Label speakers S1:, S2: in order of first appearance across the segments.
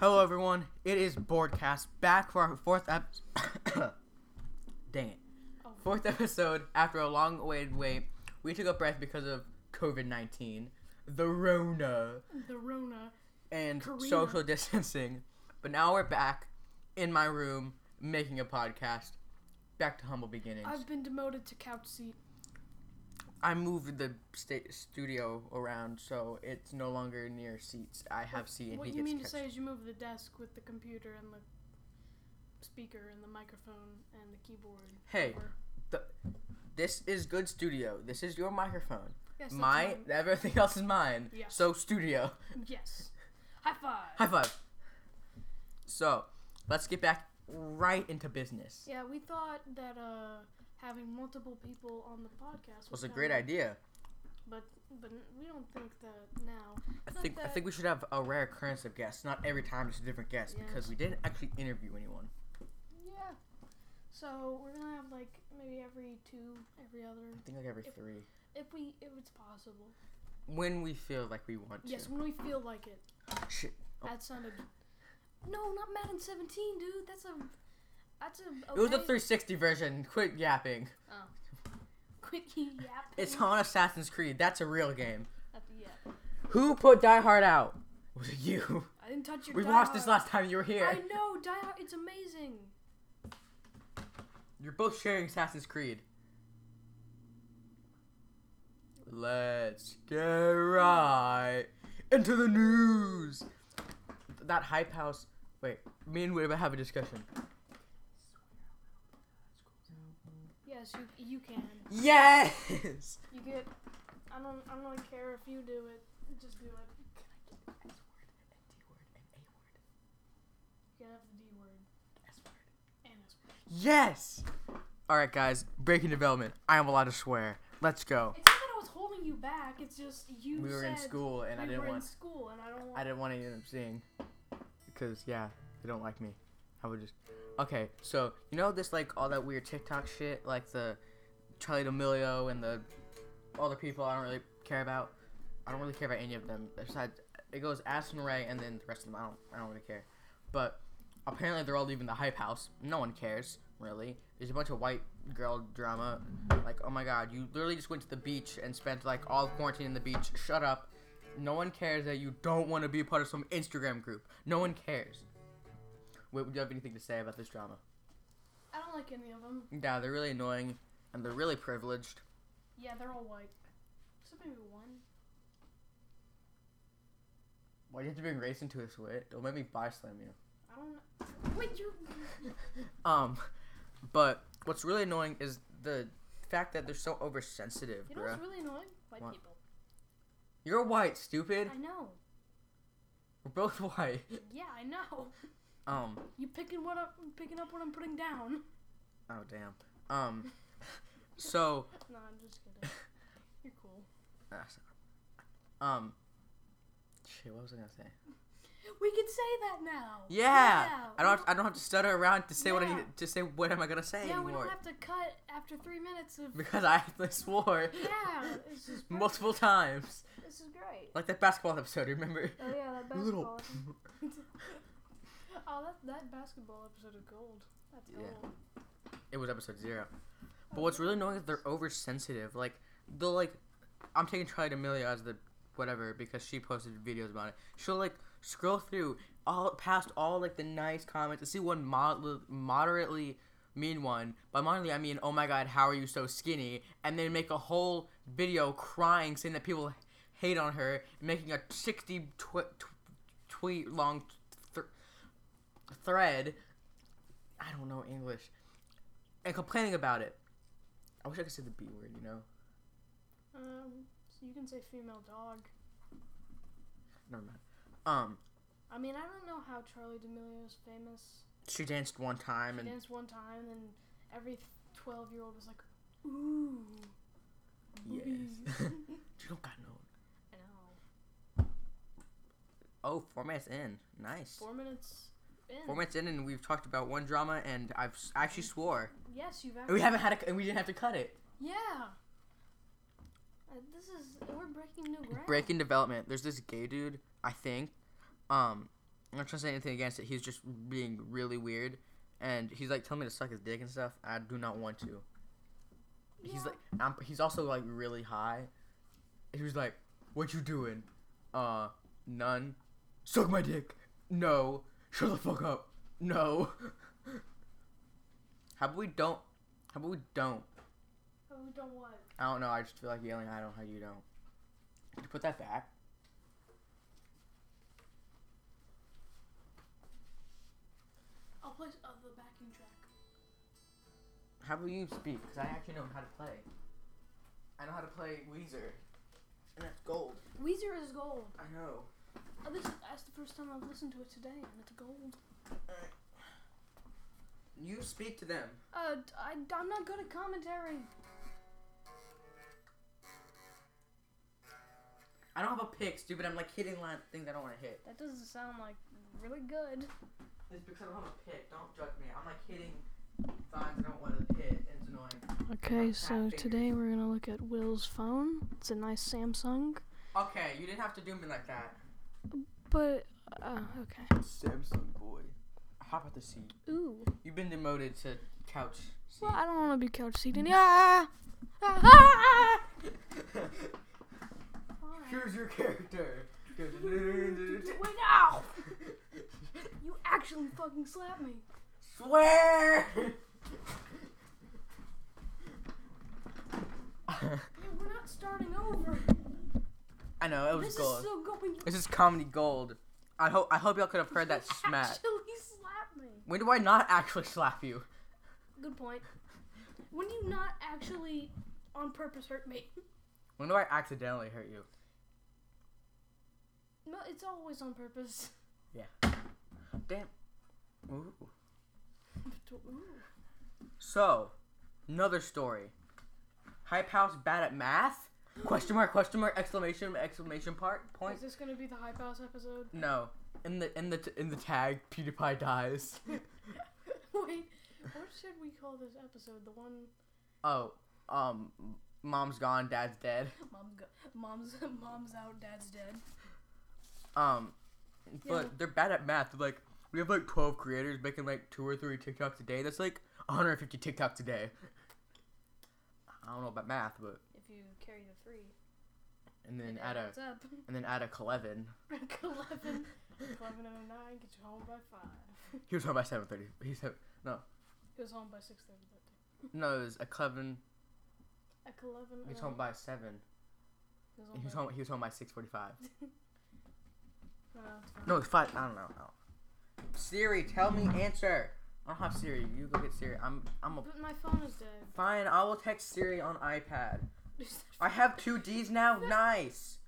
S1: Hello, everyone. It is Boardcast back for our fourth ep. Dang it.
S2: Oh.
S1: Fourth episode after a long awaited wait. We took a breath because of COVID 19, the Rona,
S2: The Rona.
S1: and
S2: Corona.
S1: social distancing. But now we're back in my room making a podcast. Back to humble beginnings.
S2: I've been demoted to couch seat.
S1: I moved the sta- studio around, so it's no longer near seats. I have seat, and
S2: What
S1: he
S2: you
S1: gets
S2: mean to
S1: couch.
S2: say is you move the desk with the computer and the speaker and the microphone and the keyboard.
S1: Hey,
S2: over.
S1: this is good studio. This is your microphone.
S2: Yes, that's
S1: My
S2: mine.
S1: everything else is mine.
S2: Yeah.
S1: So studio.
S2: Yes. High five.
S1: High five. So let's get back right into business.
S2: Yeah, we thought that uh, having multiple people on the podcast
S1: was a
S2: kinda-
S1: great idea.
S2: but but we don't think that now.
S1: I
S2: Not
S1: think I
S2: that-
S1: think we should have a rare occurrence of guests, not every time it's a different guest,
S2: Yeah.
S1: because we didn't actually interview anyone.
S2: Yeah. So we're gonna have like maybe every two, every other,
S1: I think like every
S2: If-
S1: three,
S2: if we if it's possible.
S1: when we feel like we want
S2: Yes,
S1: to.
S2: when we feel like it.
S1: Shit. Oh.
S2: That sounded. No, not Madden 17, dude. That's a. That's a.
S1: It was the
S2: okay.
S1: 360 version. Quit yapping.
S2: Quick yap.
S1: It's on Assassin's Creed. That's a real game.
S2: That's a yap.
S1: Who put Die Hard out? Was it you?
S2: I didn't touch your.
S1: We
S2: Die
S1: watched this
S2: Hard.
S1: last time you were here.
S2: I know, Die Hard. It's amazing.
S1: You're both sharing Assassin's Creed. Let's get right into the news. That hype house. Wait, me and Wiba have a discussion.
S2: Yes, you you can.
S1: Yes.
S2: You get. I don't. I don't really care if you do it. Just do it. You can have the D word and S word.
S1: Yes. All right, guys. Breaking development. I am allowed to swear. Let's go.
S2: It's not that I was holding you back. It's just you.
S1: We were in
S2: said
S1: school and
S2: we
S1: I didn't
S2: were in
S1: want.
S2: school and I don't want.
S1: I didn't want to end up seeing because yeah, they don't like me. I would just okay. So you know this like all that weird TikTok shit, like the Charlie D'Amelio and the other people I don't really care about. I don't really care about any of them. Besides, it goes Addison Ray and then the rest of them. I don't. I don't really care. But apparently they're all leaving the hype house. No one cares really. There's a bunch of white girl drama. Like oh my god, you literally just went to the beach and spent like all of quarantine in the beach. Shut up. No one cares that you don't want to be a part of some Instagram group. No one cares. Wait, do you have anything to say about this drama?
S2: I don't like any of them.
S1: Yeah, they're really annoying and they're really privileged.
S2: Yeah, they're all white. Except maybe one.
S1: Why do you have to bring race into this? Wait, don't make me bi slam you.
S2: I don't. Wait, you.
S1: Um, but what's really annoying is the fact that they're so oversensitive,
S2: You know
S1: bruh.
S2: what's really annoying? White
S1: What?
S2: people.
S1: You're white, stupid.
S2: I know.
S1: We're both white.
S2: Yeah, I know.
S1: Um,
S2: You picking what up? Picking up what I'm putting down?
S1: oh damn. Um, so
S2: No, I'm just kidding. You're cool.
S1: ah, sorry. um, shit. What was I gonna say?
S2: We can say that now.
S1: Yeah. I don't.
S2: we
S1: Have, I don't have to stutter around to say what I
S2: Yeah.
S1: need to say. What am I gonna say
S2: yeah,
S1: anymore?
S2: we don't have to cut after three minutes of.
S1: because I swore
S2: Yeah, this is
S1: multiple times,
S2: perfect. This is great.
S1: like that basketball episode. Remember?
S2: Oh yeah, that
S1: You little-
S2: basketball. oh, that that basketball episode is gold. That's
S1: Yeah.
S2: gold.
S1: It was episode zero. But what's really annoying is they're oversensitive. Like they'll like, I'm taking Charlie D'Amelio as the whatever because she posted videos about it. She'll like scroll through all past all like the nice comments and see one mod- moderately mean one. By moderately I mean oh my god how are you so skinny and then make a whole video crying saying that people hate on her making a 60 tw- tw- tweet long th- thread. I don't know English and complaining about it. I wish I could say the B word, you know.
S2: Um, so you can say female dog.
S1: Never mind. Um,
S2: I mean, I don't know how Charlie D'Amelio is famous.
S1: she danced one time,
S2: She
S1: and
S2: danced one time, and every twelve-year-old was like, "Ooh."
S1: Yes.
S2: boobies."
S1: she don't got no.
S2: I know.
S1: Oh, four minutes in, nice. Four,
S2: Four minutes in.
S1: minutes in, and we've talked about one drama, and I've s- actually swore,
S2: Yes, you've
S1: and we
S2: actually.
S1: haven't had, a, and we didn't have to cut it.
S2: Yeah. Uh, this is we're breaking new ground.
S1: Breaking development. There's this gay dude, I think. Um, I'm not trying to say anything against it. He's just being really weird, and he's like telling me to suck his dick and stuff. I do not want to. He's
S2: Yeah.
S1: like, I'm, he's also like really high. He was like, "What you doing? Uh, none. Suck my dick. No. Shut the fuck up. No. how about we don't? How about we don't?
S2: Oh, we don't want.
S1: I don't know. I just feel like yelling. I don't know how you don't. Could you put that back?
S2: I'll place uh, the backing track.
S1: How about you speak? Because I actually know how to play. I know how to play Weezer. And that's gold.
S2: Weezer is gold.
S1: I know.
S2: Uh, this, that's the first time I've listened to it today, and it's gold.
S1: You speak to them.
S2: Uh, d- I, am not good at commentary.
S1: I don't have a pick, stupid. I'm like hitting line things I don't want to hit.
S2: That doesn't sound like really good.
S1: It's because I don't have a pick. Don't judge me. I'm like hitting signs I don't want to hit. It's annoying.
S2: Okay,
S1: so
S2: so
S1: fingers. today
S2: today we're gonna look at Will's phone. It's a nice Samsung,
S1: Okay, you didn't have to do me like that.
S2: but uh, okay.
S1: Samsung boy. Hop at the seat.
S2: Ooh.
S1: You've been demoted to couch. seat.
S2: Well, I don't want to be couch seating. Ah! Ah!
S1: Here's your character.
S2: Wait, ow! You actually fucking slapped me.
S1: Swear!
S2: Yeah, we're not starting over.
S1: I know it was
S2: This
S1: gold.
S2: is still going.
S1: this is comedy gold. I hope I hope y'all could have heard that
S2: You
S1: smack.
S2: Actually slapped me.
S1: When do I not actually slap you?
S2: Good point. When you not actually on purpose hurt me.
S1: When do I accidentally hurt you?
S2: No, it's always on purpose.
S1: Damn. Ooh.
S2: Ooh.
S1: So, another story. Hype house bad at math? Question mark? Question mark? Exclamation! Exclamation part? Point?
S2: Is this gonna be the hype house episode?
S1: No. In the in the t- in the tag, PewDiePie dies.
S2: Wait, what should we call this episode? The one
S1: oh, um, mom's gone, dad's dead.
S2: mom go- mom's mom's out, dad's dead.
S1: Um, but
S2: Yeah.
S1: they're bad at math. They're like, we have like 12 creators making like two or three TikToks a day. That's like 150 TikToks a day. I don't know about math, but
S2: If you carry the three,
S1: and
S2: it
S1: then add a
S2: adds up.
S1: and then add a eleven.
S2: Eleven. Eleven and a nine gets you home by five.
S1: He was home by 7:30. He said
S2: He was home by six thirty that day.
S1: no, it was a eleven.
S2: At eleven. oh
S1: He was
S2: and a-
S1: home by seven.
S2: He was
S1: He was
S2: by-
S1: home. He was home by 6:45.
S2: No, it's fine.
S1: No, it's five. I don't know. I don't- Siri, tell me answer. I don't have Siri. You go get Siri. I'm. I'm a,
S2: But my phone is dead.
S1: fine. I will text Siri on iPad. I have two D's now. Nice.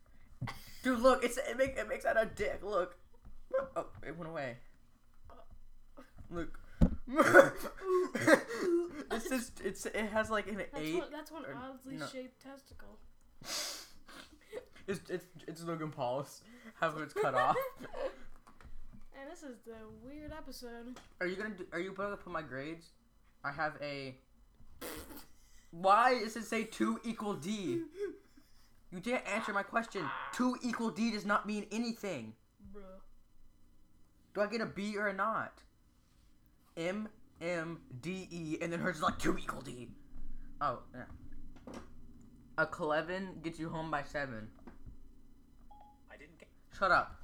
S1: Dude, look, it's it, make, it makes out a dick. Look. Oh, it went away. Look. this is it's it has like an
S2: That's
S1: eight.
S2: one. That's one
S1: or-
S2: oddly
S1: no.
S2: shaped testicle.
S1: It's it's it's Logan Paul's. Half of it's cut off.
S2: and this is the weird episode.
S1: Are you gonna do, are you gonna put my grades? I have a. Why does it say two equal D? You didn't answer my question. Two equal D does not mean anything.
S2: Bruh.
S1: Do I get a B or not? M M D E, and then hers is like two equal D. Oh, yeah. A eleven gets you home by seven.
S3: I didn't get.
S1: Shut up.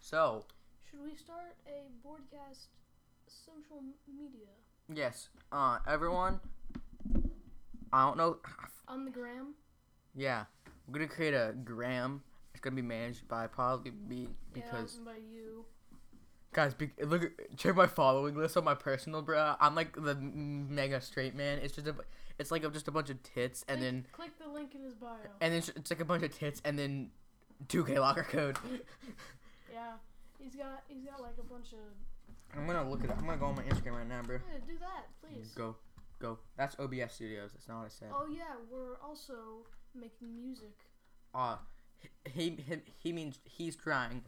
S1: So
S2: Should we start a broadcast social m- media
S1: yes, uh, everyone. I don't know.
S2: on the gram?
S1: Yeah, we're gonna create a gram. It's gonna be managed by probably me because
S2: yeah, by you.
S1: Guys, be- look, at- check my following list on my personal, bro. I'm like the m- mega straight man. It's just a, bu- it's like just a bunch of tits, and
S2: click,
S1: then
S2: click the link in his bio.
S1: and then it's like a bunch of tits, and then 2K locker code.
S2: yeah, he's got he's got like a bunch of.
S1: I'm gonna look at. I'm gonna go on my Instagram right now, bro.
S2: Yeah, do that, please.
S1: Go, go. That's OBS Studios. That's not what I said.
S2: Oh yeah, we're also making music.
S1: Ah, he, he he means he's trying,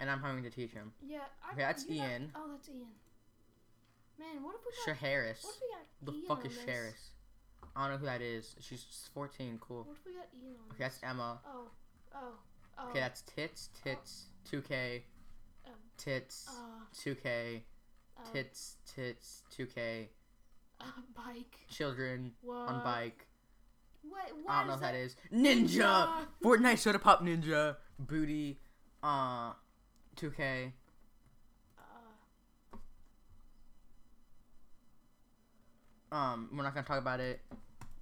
S1: and I'm having to teach him.
S2: Yeah, I,
S1: Okay, that's
S2: you're not-
S1: Ian.
S2: oh, that's Ian. Man, what if we got?
S1: Shaharis.
S2: What E if we
S1: The
S2: got Ian
S1: fuck
S2: on
S1: is
S2: this?
S1: Shaharis? I don't know who that is. She's 14. Cool.
S2: What if we got Ian on?
S1: Okay, that's Emma.
S2: Oh, oh, Oh,
S1: Okay, that's tits, tits, 2K,
S2: um,
S1: tits,
S2: uh,
S1: 2K,
S2: uh,
S1: tits, tits, 2K,
S2: uh, bike.
S1: children
S2: What?
S1: on bike.
S2: What? Oh. What
S1: I don't know
S2: is
S1: what that
S2: that? Oh.
S1: is. Ninja!
S2: Ninja!
S1: Fortnite Soda Pop Ninja, Booty, uh, 2K.
S2: Uh,
S1: Um, we're not gonna talk about it.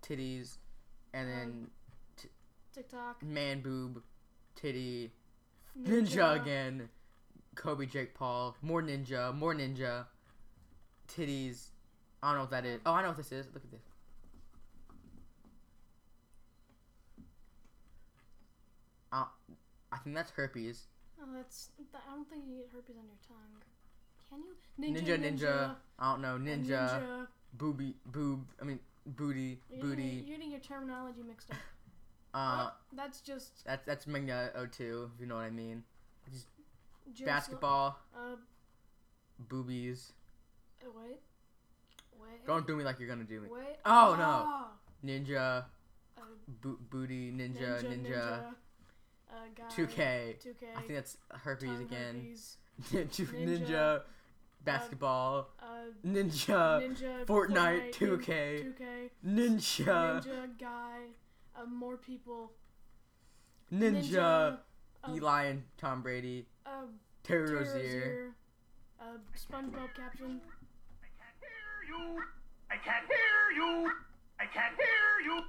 S1: Titties,
S2: Oh.
S1: and then
S2: TikTok.
S1: man boob, titty, ninja again, Kobe Jake Paul, more ninja, more ninja, titties. I don't know what that is. Oh, I know what this is. Look at this. Uh, I think that's herpes.
S2: Oh, that's. That, I don't think you get herpes on your tongue. Can you?
S1: Ninja, ninja. I don't know.
S2: and
S1: Ninja,
S2: ninja.
S1: booby, boob. I mean, booty,
S2: You're Getting,
S1: booty.
S2: you're getting your terminology mixed up.
S1: Uh,
S2: Oh, that's just.
S1: that's that's Magna 02, if you know what I mean.
S2: just
S1: Basketball,
S2: Uh,
S1: boobies.
S2: what? What?
S1: Don't do me like you're gonna do me.
S2: What?
S1: Oh, no.
S2: Ah,
S1: Ninja,
S2: uh,
S1: bo- booty, ninja,
S2: ninja,
S1: ninja,
S2: Uh, guy.
S1: 2K.
S2: 2K.
S1: I think that's herpes
S2: tongue
S1: again.
S2: herpes,
S1: ninja,
S2: Ninja,
S1: ninja, basketball,
S2: Uh,
S1: ninja,
S2: ninja.
S1: Uh, Fortnite,
S2: nin-
S1: 2K,
S2: 2K.
S1: ninja,
S2: ninja guy. Uh, more people.
S1: ninja,
S2: um,
S1: Eli and Tom Brady,
S2: Uh,
S1: Terry
S2: Terry
S1: Rozier.
S2: Rozier, Uh, SpongeBob captain.
S3: I can't hear you. I can't hear you. I can't hear you.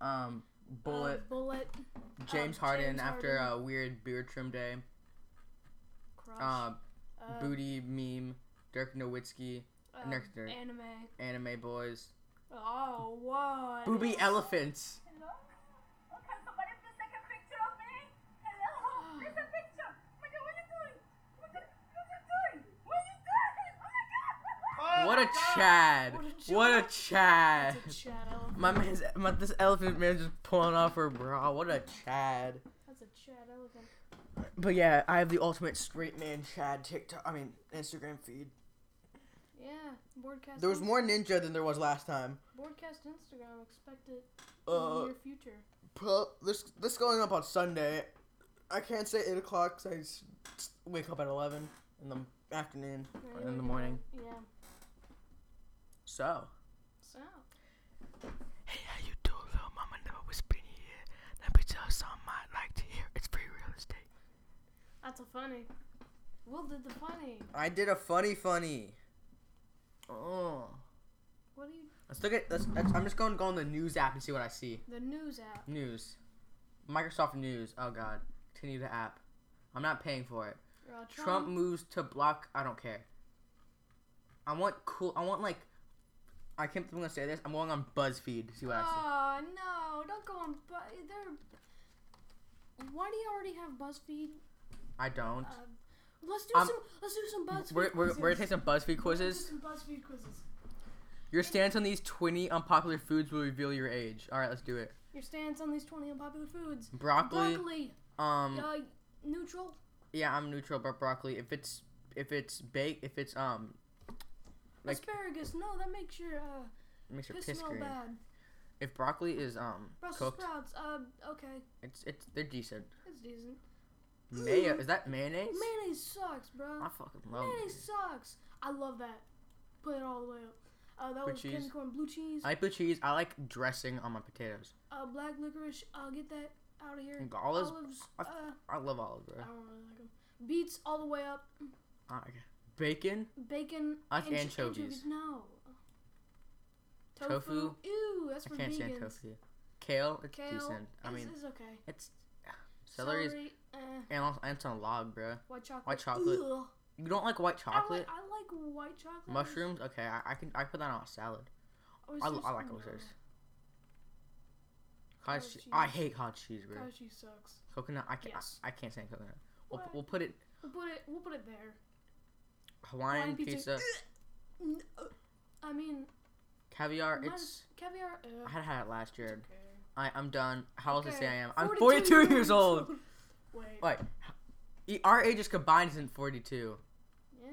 S1: Um, Bullet,
S2: Uh, bullet.
S1: James
S2: um,
S1: Harden
S2: James
S1: after
S2: Harden.
S1: a weird beard trim day.
S2: Crush.
S1: Um,
S2: uh,
S1: booty meme, Dirk Nowitzki,
S2: uh,
S1: next dirt.
S2: Anime.
S1: anime boys,
S2: Oh, whoa.
S1: booby elephants.
S4: Hello? Oh, can somebody please take a picture of me? Hello? There's a picture! Oh my god, what are you doing? What are what are you doing? What are you doing? Oh my god!
S1: What a Chad!
S2: What a Chad.
S1: What a Chad!
S2: That's a chat elephant.
S1: My man's my, this elephant man just pulling off her bra. What a Chad!
S2: That's a chat elephant.
S1: But yeah, I have the ultimate straight man Chad TikTok. I mean Instagram feed.
S2: Yeah. Broadcast.
S1: There was more ninja than there was last time.
S2: Broadcast Instagram. Expect it in the
S1: Uh,
S2: near future.
S1: pro- this this going up on Sunday. I can't say eight o'clock 'cause I s- s- wake up at eleven in the afternoon
S2: Yeah,
S1: or
S2: you
S1: in the
S2: can
S1: morning.
S2: go- Yeah.
S1: So.
S2: So.
S1: Hey, how you doing, little mama? Never whispering here. Let me tell you something I like to hear. It's free real estate.
S2: That's a funny. Will did the funny.
S1: I did a funny funny. Oh.
S2: What do you?
S1: Let's look at. Let's, let's, I'm just going to go on the news app and see what I see.
S2: The news app.
S1: News. Microsoft News. Oh God. Continue the app. I'm not paying for it.
S2: Uh,
S1: Trump moves to block. I don't care. I want cool. I want like. I can't believe I'm gonna say this. I'm going on BuzzFeed to see what I see.
S2: Oh no! Don't go on. Bu- there. Why do you already have BuzzFeed?
S1: I don't.
S2: Uh, let's do
S1: Um,
S2: some. Let's do some BuzzFeed.
S1: We're, we're,
S2: quizzes.
S1: we're gonna take some BuzzFeed
S2: We're gonna do
S1: quizzes.
S2: Some BuzzFeed quizzes.
S1: Your stance on these 20 unpopular foods will reveal your age. All right, let's do it.
S2: Your stance on these twenty unpopular foods.
S1: Broccoli.
S2: Broccoli.
S1: Um.
S2: Uh, neutral.
S1: Yeah, I'm neutral about broccoli. If it's if it's baked, if it's um, like
S2: Asparagus. No, that makes your uh,
S1: makes your
S2: piss
S1: piss
S2: smell
S1: green.
S2: bad.
S1: If broccoli is um
S2: Brussels
S1: cooked,
S2: sprouts. Uh, okay,
S1: it's it's they're decent.
S2: it's decent.
S1: Mayo is that mayonnaise?
S2: Mayonnaise sucks, bro.
S1: I fucking love it.
S2: Mayonnaise sucks. I love that. Put it all the way up. Uh, that
S1: Blue
S2: was
S1: cheese.
S2: candy corn, blue cheese,
S1: I like blue cheese. I like dressing on my potatoes.
S2: uh, black licorice. Uh, get that out of here.
S1: And olives.
S2: Olives.
S1: I-
S2: Uh,
S1: I love olives, bro.
S2: I don't really like them. Beets all the way up.
S1: Ah, okay. Bacon.
S2: Bacon.
S1: I like
S2: ancho-
S1: anchovies.
S2: No.
S1: Tofu?
S2: Ew, that's for
S1: I can't
S2: vegans.
S1: stand tofu. Kale. It's
S2: Kale
S1: decent. I
S2: is-
S1: mean,
S2: is okay.
S1: it's celery. is-
S2: eh,
S1: And also, and it's on log, bro.
S2: white chocolate.
S1: white chocolate.
S2: Ugh.
S1: You don't like white
S2: I like,
S1: chocolate?
S2: I like white chocolate.
S1: Mushrooms. Okay, I, I can. I put that on a salad. I,
S2: Oysters?
S1: I like
S2: No.
S1: oysters. Cottage
S2: Cottage
S1: cheese. I
S2: cheese.
S1: hate cottage cheese, bro.
S2: Cottage cheese sucks.
S1: Coconut, I can't.
S2: Yes.
S1: I, I can't stand coconut. We'll,
S2: What?
S1: we'll put it
S2: We'll put it. We'll put it there.
S1: Hawaiian
S2: Hawaiian
S1: pizza,
S2: pizza. N- uh, I mean,
S1: caviar.
S2: might
S1: It's
S2: as- caviar. Uh,
S1: I had had it last year.
S2: okay.
S1: I I'm done. How old does it say I
S2: Okay,
S1: am? I'm 42 years old.
S2: Wait.
S1: Wait, e- our ages combined isn't 42.
S2: Yeah.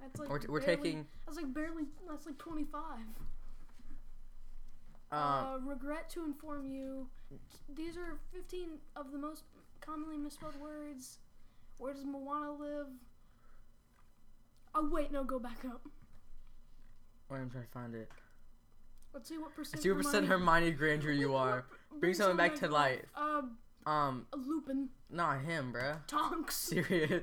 S2: That's like
S1: We're, t- we're
S2: barely-
S1: taking
S2: That's like barely. That's like 25.
S1: um uh,
S2: uh, regret to inform you, these are 15 of the most commonly misspelled words. Where does Moana live? Oh wait, no, go back up.
S1: Wait, I'm trying to find it.
S2: Let's see what percent.
S1: Zero percent Hermione
S2: Hermione-
S1: Granger you are. Bring someone back to life.
S2: Uh,
S1: Um,
S2: Lupin,
S1: not him, bruh.
S2: Tonks,
S1: Serious.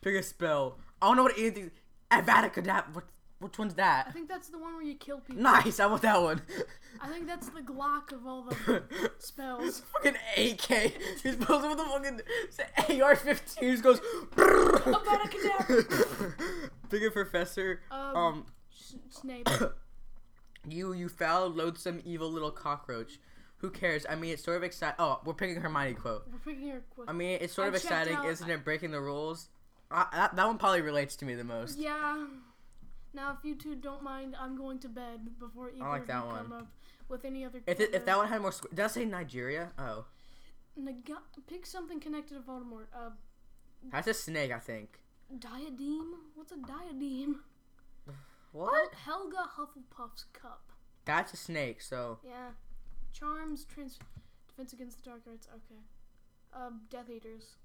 S1: Pick a spell. I don't know what anything. Avada What? Which one's
S2: I
S1: that?
S2: think that's the one where you kill people.
S1: Nice. I want that one.
S2: I think that's the Glock of all the spells.
S1: fucking AK. He's supposed with the fucking AR-15. He just goes. Pick a professor.
S2: Um,
S1: Um,
S2: S- Snape.
S1: you, you foul, loathsome, evil little cockroach. Who cares? I mean, it's sort of exciting. Oh, we're picking a Hermione quote.
S2: We're picking your quest-
S1: I mean, it's sort
S2: I
S1: of
S2: checked
S1: exciting,
S2: out-
S1: isn't it? Breaking the rules. I, that, that one probably relates to me the most.
S2: yeah. Now, if you two don't mind, I'm going to bed before either
S1: like
S2: of
S1: that
S2: you
S1: one.
S2: come up with any other.
S1: If, it, if that one had more, squ- did I say Nigeria? Oh,
S2: Naga- pick something connected to Voldemort. Uh,
S1: that's a snake, I think.
S2: diadem. What's a diadem?
S1: What?
S2: Helga Hufflepuff's cup.
S1: That's a snake. So
S2: Yeah. Charms. Trans- defense against the dark arts. Okay. Uh, Death Eaters.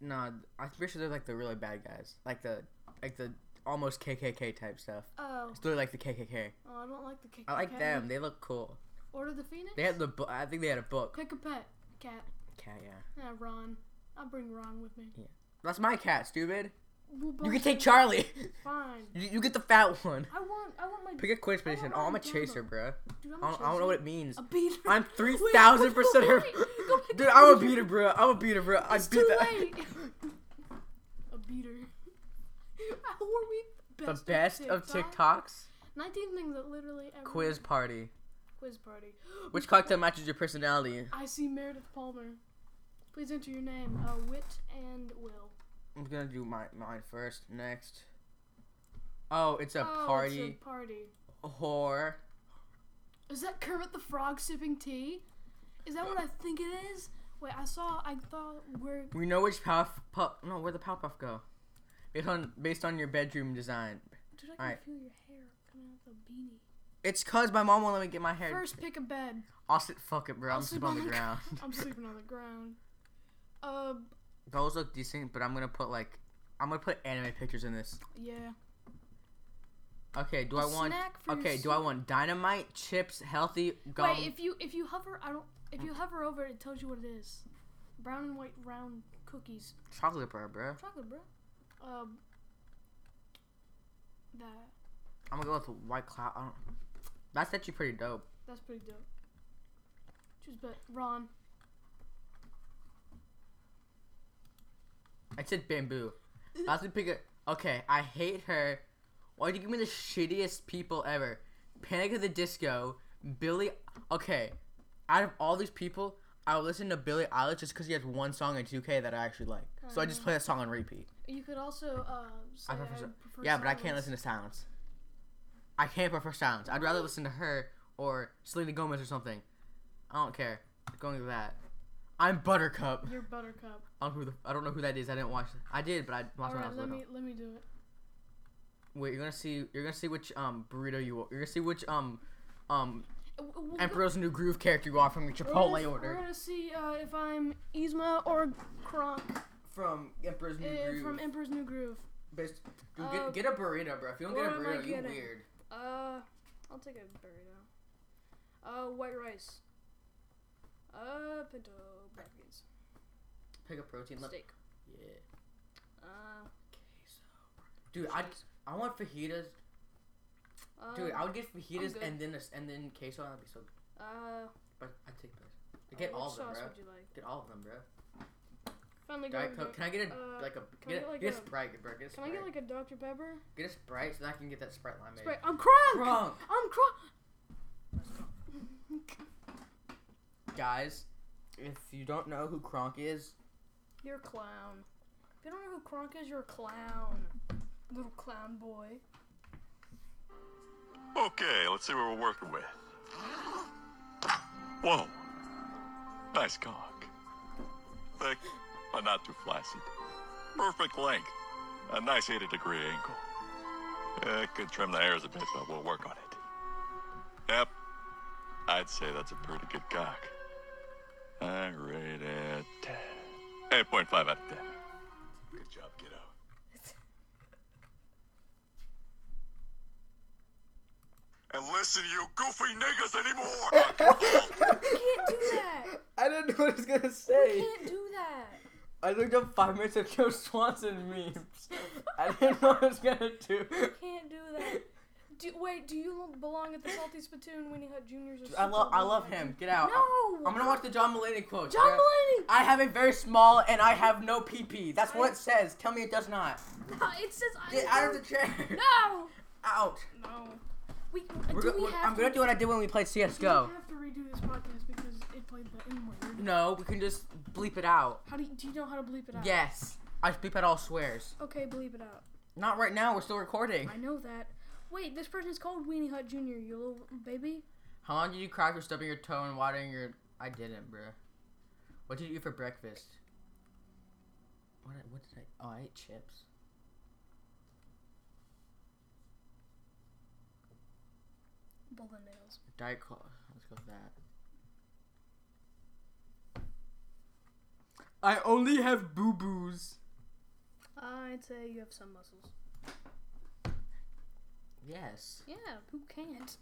S1: no, I'm pretty sure they're like the really bad guys, like the like the almost KKK type stuff.
S2: Oh,
S1: It's literally like the KKK.
S2: oh I don't like the kick.
S1: I like them. They look cool.
S2: Order the Phoenix.
S1: They had the bu- I think they had a book.
S2: Pick a pet. Cat.
S1: Cat, yeah.
S2: Ah, Ron. I'll bring Ron with me.
S1: That's my cat, stupid.
S2: We'll
S1: You
S2: both
S1: can take
S2: be
S1: Charlie.
S2: Fine.
S1: you, you get the fat one.
S2: I want. I want my.
S1: Pick a quiz petition. Oh, I'm a chaser, bruh.
S2: Dude,
S1: I
S2: I'm a
S1: don't, I don't know what it
S2: chaser.
S1: means.
S2: A beater.
S1: I'm
S2: Wait,
S1: three thousand percent.
S2: go back, go back,
S1: Dude,
S2: go
S1: I'm a
S2: back.
S1: beater, bro. I'm a beater, bro. I
S2: It's
S1: beat
S2: too
S1: that.
S2: late. A beater. How are we the
S1: The
S2: best,
S1: best of TikToks
S2: 19 things that literally ever.
S1: quiz party.
S2: Quiz party.
S1: Which cocktail matches your personality?
S2: I see Meredith Palmer. Please enter your name. Uh, Wit and Will.
S1: I'm gonna do my mine first. Next. Oh, it's a
S2: oh,
S1: party
S2: It's a party.
S1: whore.
S2: Is that Kermit the Frog sipping tea? Is that what I think it is? Wait, I saw. I thought we're.
S1: We know which Puff Puff. No, where the Powerpuff go? Based on based on your bedroom design.
S2: Dude, I can
S1: Alright.
S2: feel your hair coming out the beanie.
S1: It's cause my mom won't let me get my hair.
S2: First, pick a bed.
S1: I'll sit. Fuck it, bro.
S2: I'll
S1: I'm
S2: sleep
S1: sleeping on the
S2: gr-
S1: ground.
S2: I'm sleeping on the ground. Uh,
S1: Those look decent, but I'm gonna put like I'm gonna put anime pictures in this.
S2: yeah.
S1: Okay, do
S2: A
S1: I want?
S2: snack for your
S1: Okay, do
S2: sna-
S1: I want dynamite, chips, healthy gum?
S2: Wait, if you if you hover, I don't. If you hover over, it, it tells you what it is. Brown and white round cookies.
S1: chocolate bar, bro.
S2: Chocolate, bro. Um. That.
S1: I'm gonna go with white cloud. I don't, that's actually pretty dope.
S2: That's pretty dope. Choose bet. Ron.
S1: I said bamboo. I have to pick a. Okay, I hate her. Why'd you give me the shittiest people ever? Panic at the Disco, Billy. Okay, out of all these people, I would listen to Billy Eilish just because he has one song in 2K that I actually like. So I
S2: Mm.
S1: just play that song on repeat.
S2: You could also uh. Say
S1: I
S2: I
S1: prefer, si-
S2: prefer
S1: yeah, but I can't
S2: silence.
S1: listen to silence. I can't prefer silence. I'd rather listen to her or Selena Gomez or something. I don't care. Going with that. I'm Buttercup.
S2: Your buttercup.
S1: I don't, know who the, I don't know who that is. I didn't watch. I did, but I watched
S2: All
S1: when I
S2: right,
S1: was
S2: let
S1: little.
S2: me let me do it.
S1: Wait, you're gonna see. You're gonna see which um burrito you. Are. You're gonna see which um um
S2: Uh, w- w-
S1: Emperor's New Groove character you are from your
S2: we're gonna-
S1: Chipotle
S2: We're
S1: order.
S2: gonna see uh, if I'm Yzma or Kronk
S1: From Emperor's New
S2: uh,
S1: Groove.
S2: from Emperor's New Groove.
S1: Based- Dude,
S2: Uh,
S1: get, get a burrito, bro. If you don't get a
S2: what am I
S1: burrito, you
S2: getting?
S1: weird.
S2: Uh, I'll take a burrito. Uh, white rice. Uh, pinto black beans.
S1: Pick a protein. Let,
S2: Steak.
S1: yeah.
S2: Uh,
S1: Dude, I I want fajitas.
S2: uh,
S1: Dude, I would get fajitas
S2: good.
S1: and then a s and then queso. That'd be so. Good.
S2: uh,
S1: But I would take those. I get
S2: uh,
S1: all
S2: what
S1: of them,
S2: sauce
S1: bro.
S2: would you like?
S1: Get all of them, bro.
S2: Finally
S1: Diet
S2: got
S1: Coke. Can I get a
S2: uh,
S1: like a get,
S2: can I get
S1: a,
S2: like
S1: get a
S2: a-
S1: sprite, bro? Get a
S2: Can I
S1: sprite.
S2: get like a Dr Pepper?
S1: get a sprite so that I can get that sprite limeade.
S2: Sprite. I'm Kronk.
S1: Kronk.
S2: I'm Kronk.
S1: Guys, if you don't know who Kronk is,
S2: You're a clown. If you don't know who Kronk is, you're a clown. Little clown boy.
S5: Okay, let's see what we're working with. Whoa. Nice cock. Thick, but not too flaccid. Perfect length. A nice 80 degree angle. Uh, could trim the hairs a bit, but we'll work on it. Yep. I'd say that's a pretty good cock. I rate it 8.5 out of 10. Good job, kiddo. And listen, you goofy niggas anymore!
S2: You can't do that.
S1: I didn't know what I was gonna
S2: You
S1: say.
S2: can't do that.
S1: I looked up five minutes of Joe Swanson memes. I didn't know what I was gonna do.
S2: You can't do that. Do, wait, do you lo- belong at the Salty Spittoon, Winnie Hut Juniors? Or
S1: I
S2: Super
S1: love, I
S2: Bowl?
S1: love him. Get out.
S2: No.
S1: I'm gonna watch the John Mulaney quote.
S2: John Mulaney.
S1: I have a very small and I have no PP. That's what it says. Tell me it does not.
S2: No, it says I.
S1: Get out of the chair.
S2: No.
S1: Out.
S2: No. We.
S1: We're
S2: do
S1: go-
S2: we
S1: we're-
S2: have
S1: I'm
S2: to,
S1: gonna do what I did when we played CS:GO.
S2: We have to redo this podcast because it played the N word.
S1: No, we can just bleep it out.
S2: How do you, do you know how to bleep it out?
S1: Yes, I bleep out all swears.
S2: Okay, bleep it out.
S1: Not right now. We're still recording.
S2: I know that. Wait, this person's called Weenie Hut Jr. You little baby.
S1: How long did you cry for stubbing your toe and watering your? I didn't, bruh. What did you eat for breakfast? What? I- What did I? Oh, I ate chips.
S2: Bullet nails.
S1: Diet Cola. Let's go with that. I only have boo boos.
S2: I'd say you have some muscles.
S1: Yes.
S2: Yeah, who can't?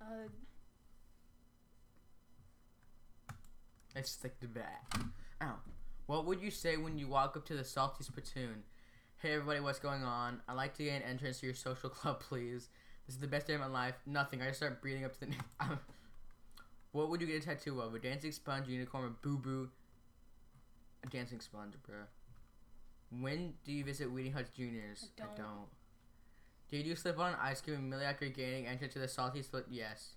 S2: Uh,
S1: I stick to that. Ow. What would you say when you walk up to the salty spittoon? Hey everybody, what's going on? I'd like to get an entrance to your social club, please. This is the best day of my life. Nothing. I just start breathing up to the. Um, what would you get a tattoo of? A dancing sponge, unicorn, or boo boo? A dancing sponge, bruh. When do you visit Weeding Hutch Juniors?
S2: I don't.
S1: Did you slip on ice cream immediately after gaining entrance to the salty split? Yes.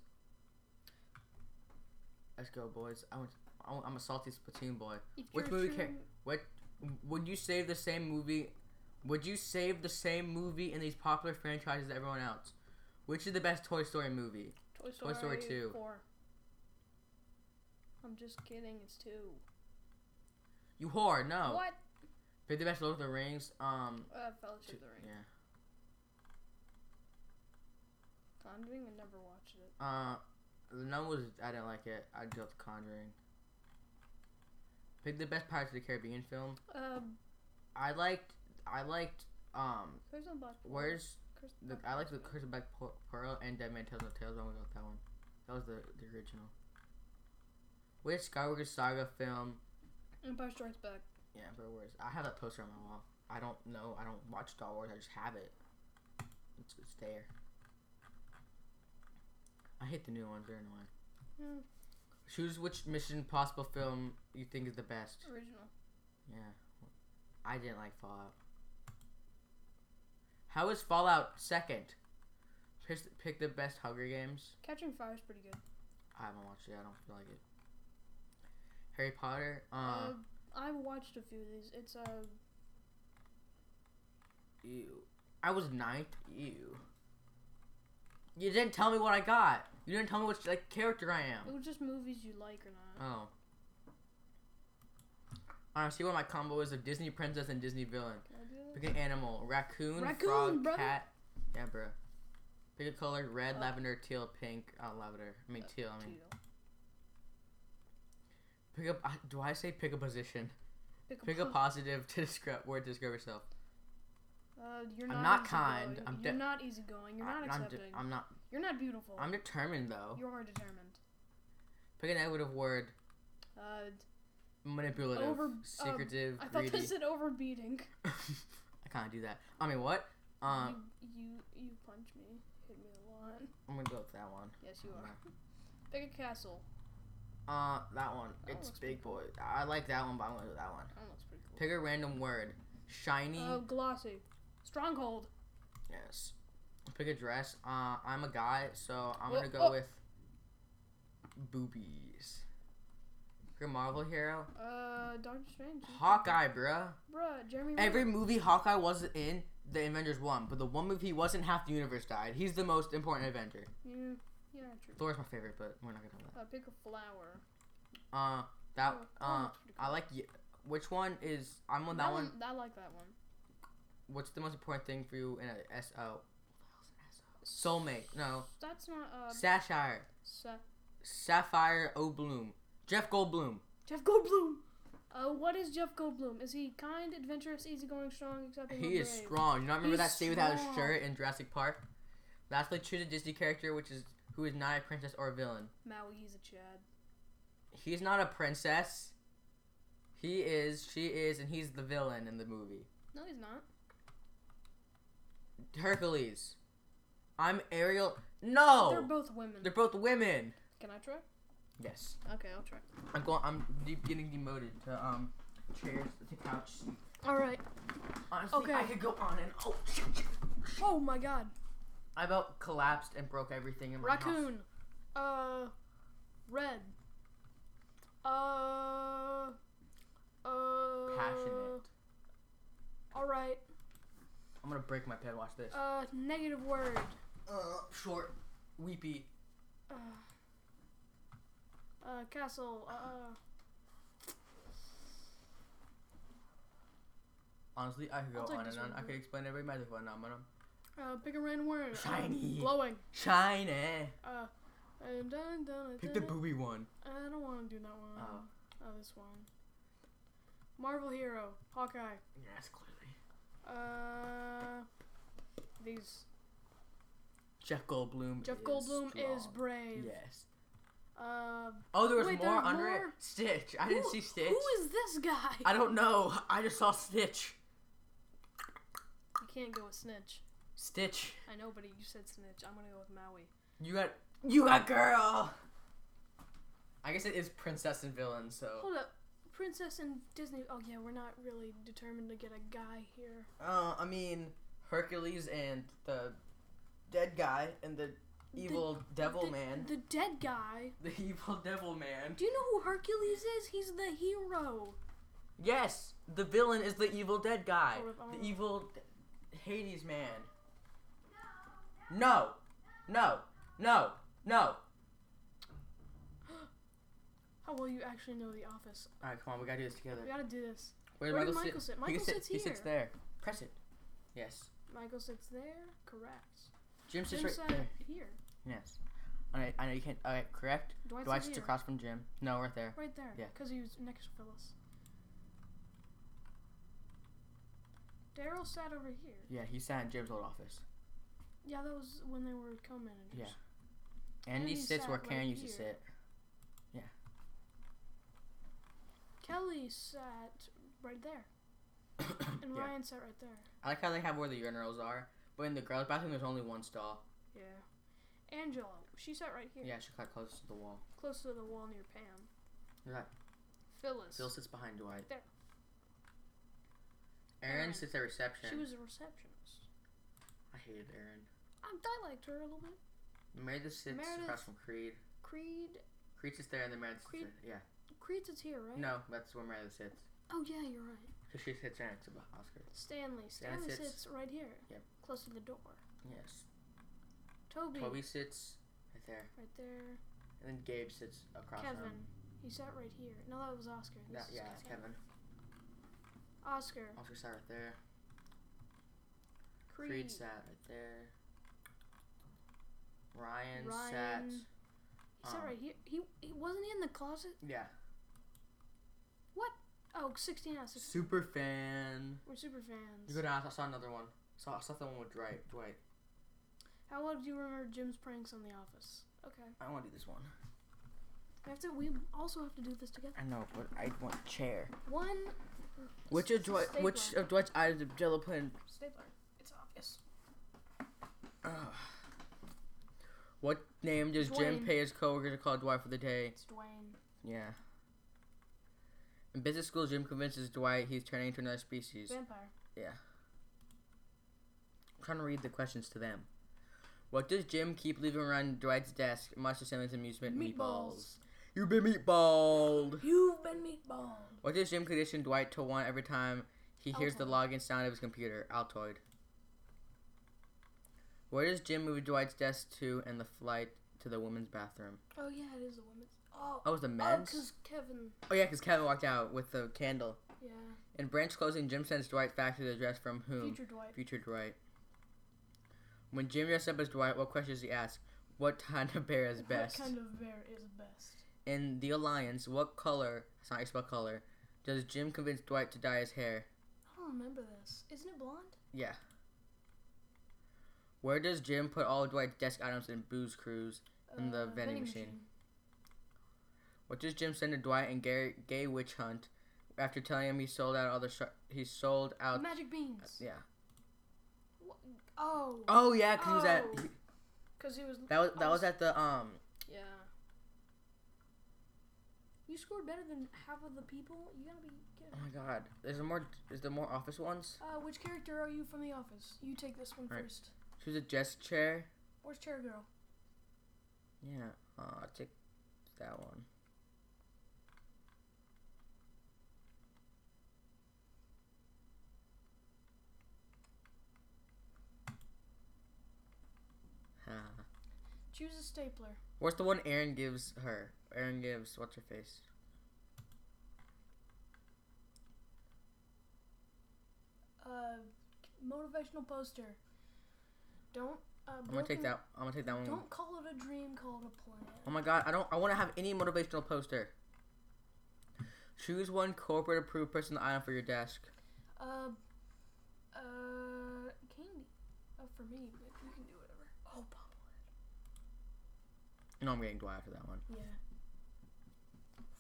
S1: Let's go, boys. I went, I went- I'm a salty Splatoon boy.
S2: If
S1: Which
S2: you're
S1: movie? Ca-
S2: true-
S1: what? Would you save the same movie? Would you save the same movie in these popular franchises as everyone else? Which is the best Toy Story movie?
S2: Toy
S1: Story
S2: Story,
S1: 2.
S2: 4. I'm just kidding, it's 2.
S1: You whore. No.
S2: What?
S1: Pick the best Lord of the Rings. Um.
S2: Uh, Fellowship of the Ring.
S1: Yeah.
S2: I'm doing I never watched it.
S1: Uh, the number was I didn't like it. I'd go with Conjuring. Pick the best Pirates of the Caribbean film.
S2: Um,
S1: I liked. I liked. Um,
S2: Curse on Black Pearl.
S1: where's
S2: Curse on
S1: the?
S2: Black
S1: I like
S2: Pearl.
S1: the Curse of Black Pe- Pearl and Dead Man Tells No Tales. I'm gonna go with that one. That was the the original. Which Skywalker Saga film?
S2: Empire Strikes Back.
S1: Yeah, bro. Where's I have that poster on my wall. I don't know. I don't watch Star Wars. I just have it. It's, it's there. I hate the new ones. They're annoying.
S2: Hmm,
S1: Choose which Mission Impossible film you think is the best.
S2: original.
S1: Yeah. I didn't like Fallout. How is Fallout second? Pick, pick the best Hunger Games.
S2: Catching Fire is pretty good.
S1: I haven't watched it. I don't feel like it. Harry Potter. Uh, Oh.
S2: Uh, I watched a few of these. It's, uh,
S1: ew. I was ninth. Ew. You didn't tell me what I got. You didn't tell me which like character I am.
S2: it was just movies you like or not.
S1: Oh. I see what my combo is of Disney princess and Disney villain.
S2: Can I do that?
S1: Pick an animal: raccoon,
S2: Raccoon,
S1: frog,
S2: brother.
S1: cat. Yeah, bro. Pick a color: red,
S2: Uh,
S1: lavender, teal, pink. Uh, lavender. I mean teal. I mean.
S2: Teal.
S1: Pick up. I- Do I say pick a position?
S2: Pick a,
S1: Pick a
S2: po-
S1: positive to describe word to describe yourself.
S2: Uh, you're
S1: I'm
S2: not
S1: not
S2: easygoing.
S1: kind, I'm
S2: you're
S1: de-
S2: not easygoing. You're
S1: I-
S2: not
S1: I'm, de-
S2: accepting. Oh.
S1: I'm not.
S2: you're not beautiful.
S1: I'm determined though.
S2: you are determined.
S1: Pick a negative word:
S2: Uh,
S1: manipulative,
S2: Over- um,
S1: secretive,
S2: I thought
S1: greedy.
S2: they said overbeating.
S1: I can't do that. I mean what? Um,
S2: you, you you punch me, hit me a lot.
S1: I'm gonna go with that one.
S2: Yes, you are.
S1: Okay.
S2: Pick a castle.
S1: Uh, that one.
S2: That
S1: it's
S2: looks pretty
S1: big boy. I like that one, but I'm gonna do that one.
S2: That looks pretty cool.
S1: Pick a random word: shiny.
S2: Oh, glossy. Stronghold.
S1: Yes. Pick a dress. Uh, I'm a guy, so I'm
S2: Oh,
S1: gonna go
S2: oh.
S1: with boobies. Pick a Marvel hero.
S2: Uh, Doctor Strange. He's
S1: Hawkeye, bruh.
S2: pretty- Bruh, Jeremy.
S1: Every
S2: Renner.
S1: movie Hawkeye was in, the Avengers won. But the one movie he was in, half the universe died. He's the most important Avenger.
S2: Yeah, yeah, true.
S1: Thor's my favorite, but we're not gonna talk about
S2: Uh, pick a flower.
S1: that. Uh, that.
S2: Oh, that
S1: Uh,
S2: one's pretty
S1: I
S2: cool.
S1: like. y- Which one is? I'm on that one.
S2: I like that one.
S1: What's the most important thing for you in a SO? Soulmate. No.
S2: That's not uh.
S1: Sashire.
S2: Sa-
S1: Sapphire O'Bloom. Jeff Goldblum.
S2: Jeff Goldblum. Uh, what is Jeff Goldblum? Is he kind, adventurous, easygoing, strong, accepting?
S1: He
S2: or
S1: is
S2: brave?
S1: strong. You not remember
S2: He's
S1: that scene without his
S2: strong.
S1: shirt in Jurassic Park? Lastly, choose a Disney character which is who is not a princess or a villain.
S2: Maui, he's a Chad.
S1: He's not a princess. He is, she is, and he's the villain in the movie.
S2: No, he's not.
S1: Hercules. I'm Ariel. No!
S2: They're both women.
S1: They're both women.
S2: Can I try?
S1: Yes.
S2: Okay, I'll try.
S1: I'm going. I'm de- getting demoted to um chairs to couch. seat.
S2: All right.
S1: Honestly, I
S2: Okay.
S1: could go on and oh shit, shit.
S2: Oh my God.
S1: I about collapsed and broke everything in my house.
S2: Raccoon. Uh, red. Uh. Uh.
S1: Passionate.
S2: All right.
S1: I'm gonna break my pen. Watch this.
S2: Uh, negative word.
S1: Uh, short, weepy.
S2: Uh, uh castle. Uh.
S1: Honestly, I could go
S2: I'll take
S1: on
S2: this
S1: and on.
S2: one.
S1: I could explain every magic phenomenon.
S2: Uh, pick a random word. Uh,
S1: Shiny.
S2: Glowing.
S1: Shiny.
S2: Uh. And dun, dun,
S1: Pick the
S2: dun,
S1: booby one.
S2: I don't want to do that one.
S1: Oh.
S2: Oh, this one. Marvel hero. Hawkeye.
S1: Yes, clearly.
S2: Uh, these.
S1: Jeff Goldblum.
S2: Jeff
S1: is
S2: Goldblum is
S1: strong.
S2: brave.
S1: Yes.
S2: Uh,
S1: Oh, there was
S2: Wait,
S1: more
S2: there's
S1: under it.
S2: more?
S1: Stitch. I didn't
S2: who-
S1: see Stitch.
S2: Who is this guy?
S1: I don't know. I just saw Stitch.
S2: You can't go with Snitch.
S1: Stitch.
S2: I know, but you said Snitch. I'm gonna go with Maui.
S1: You got you got girl. I guess it is princess and villain. So
S2: Hold up, Princess and Disney. Oh yeah, we're not really determined to get a guy here.
S1: uh, I mean Hercules and the dead guy and the evil devil
S2: the,
S1: man.
S2: The dead guy.
S1: The, evil devil man.
S2: Do you know who Hercules is? He's the hero.
S1: Yes, the villain is the evil dead guy.
S2: Hold up, I
S1: The
S2: wanna-
S1: evil Hades man. No, no, no, no.
S2: How well you actually know The Office.
S1: All right, come on, we gotta do this together.
S2: we gotta do this.
S1: Where did
S2: Where
S1: Michael,
S2: did Michael
S1: sit?
S2: sit?
S1: he
S2: Michael
S1: sit-
S2: sits
S1: He sits
S2: here.
S1: there. Press it. Yes.
S2: Michael sits there. Correct.
S1: Jim sits
S2: Jim
S1: right
S2: sat
S1: there.
S2: here.
S1: Yes. All right, I know you can't. All right, correct.
S2: Dwight's
S1: Do I
S2: in
S1: sit
S2: here.
S1: across from Jim? No, right there.
S2: Right there.
S1: Yeah.
S2: Because he was next to Phyllis. Daryl sat over here.
S1: Yeah, he sat in Jim's old office.
S2: Yeah, that was when they were co-managers.
S1: Yeah. Andy
S2: Andy
S1: sits
S2: sat
S1: where
S2: right
S1: Karen used to
S2: here.
S1: sit.
S2: Kelly sat right there, and
S1: Yeah.
S2: Ryan sat right there.
S1: I like how they have where the urinals are, but in the girls' bathroom there's only one stall.
S2: Yeah. Angela, she sat right here,
S1: Yeah, she got close to the wall.
S2: close to the wall near Pam.
S1: Right.
S2: Phyllis.
S1: Phil sits behind Dwight.
S2: There.
S1: Aaron
S2: Aaron.
S1: sits at reception.
S2: She was a receptionist.
S1: I hated Aaron.
S2: I, I liked her a little bit.
S1: Meredith sits
S2: Meredith.
S1: across from Creed.
S2: Creed.
S1: Creed sits there, and then Meredith.
S2: Creed-
S1: Sits there. Yeah.
S2: Creed sits here, right?
S1: No, that's where Meredith sits.
S2: Oh yeah, you're right.
S1: So she sits right next to Oscar.
S2: Stanley. Stanley
S1: sits-
S2: sits, right here.
S1: Yep.
S2: Close to the door.
S1: Yes.
S2: Toby.
S1: Toby sits right there,
S2: Right there.
S1: and then Gabe sits across from him.
S2: Kevin. He sat right here. No, that was Oscar. This
S1: That,
S2: is
S1: yeah, that's Kevin.
S2: Oscar.
S1: Oscar sat right there.
S2: Creed.
S1: Creed, sat right there. Ryan,
S2: Ryan.
S1: sat.
S2: He sat
S1: um,
S2: right here. He, he wasn't he in the closet.
S1: Yeah.
S2: Oh, 16 out of 16.
S1: Super fan.
S2: We're super fans.
S1: You go down. I saw another one. Saw I saw the one with Dwight. Dwight.
S2: How well do you remember Jim's pranks on The Office? Okay.
S1: I want to do this one.
S2: We have to. We also have to do this together.
S1: I know, but I want chair.
S2: One.
S1: Which of Dwight?
S2: Stapler.
S1: Which uh, of Dwight's items of Jello pudding?
S2: Stapler. It's obvious.
S1: Ugh. What name does Jim
S2: Dwayne.
S1: pay his coworker to call Dwight for the day?
S2: It's Dwayne.
S1: Yeah. In business school, Jim convinces Dwight he's turning into another species.
S2: Vampire.
S1: I'm trying to read the questions to them. What does Jim keep leaving around Dwight's desk, much to Stanley's amusement?
S2: Meatballs.
S1: You've been meatballed.
S2: You've been meatball.
S1: What does Jim condition Dwight to want every time he hears the
S2: Altoid.
S1: login sound of his computer? Altoid. Where does Jim move Dwight's desk to and the flight to the women's bathroom?
S2: Oh yeah, it is a woman's. Oh.
S1: Oh, it was the
S2: Oh,
S1: men's?
S2: cause Kevin.
S1: oh yeah, because Kevin walked out with the candle.
S2: Yeah.
S1: In branch closing, Jim sends Dwight back to the address from whom?
S2: Future Dwight.
S1: Oh, Future Dwight. When Jim dressed up as Dwight, what questions does he ask? What kind of bear is best?
S2: What kind of bear is best?
S1: In the Alliance, what color, it's not your spell color, Does Jim convince Dwight to dye his hair?
S2: I don't remember this. Isn't it blonde?
S1: Yeah. Where does Jim put all of Dwight's desk items in Booze Cruise? And the
S2: Uh,
S1: vending machine. What does Jim send to Dwight and Gary Gay Witch Hunt after telling him he sold out all the sh- he sold out?
S2: Magic beans.
S1: Yeah.
S2: Wha- Oh.
S1: Oh yeah, 'cause he was at
S2: Oh. Because he was.
S1: that was
S2: I
S1: that was at the um
S2: Yeah. You scored better than half of the people. You gotta be.
S1: oh
S2: Kidding.
S1: my god. Is there more? Is there more office ones?
S2: Uh, which character are you from The Office? You take this one first.
S1: Right. Choose a desk chair.
S2: Where's Chair Girl?
S1: Yeah, uh, I'll take that one. Huh.
S2: Choose a stapler.
S1: What's the one Aaron gives her? Aaron gives what's her face?
S2: Uh, motivational poster. Don't. Uh,
S1: I'm gonna take
S2: broken-
S1: that. I'm gonna take that one.
S2: Don't call it a dream. Call it a
S1: Oh
S2: plan.
S1: my god, I don't. I want to have any motivational poster. Choose one corporate approved personal item for your desk.
S2: Uh, uh, candy. Oh, for me, but you can do whatever. Oh, bobblehead.
S1: No, I'm getting Dwight after that one.
S2: Yeah.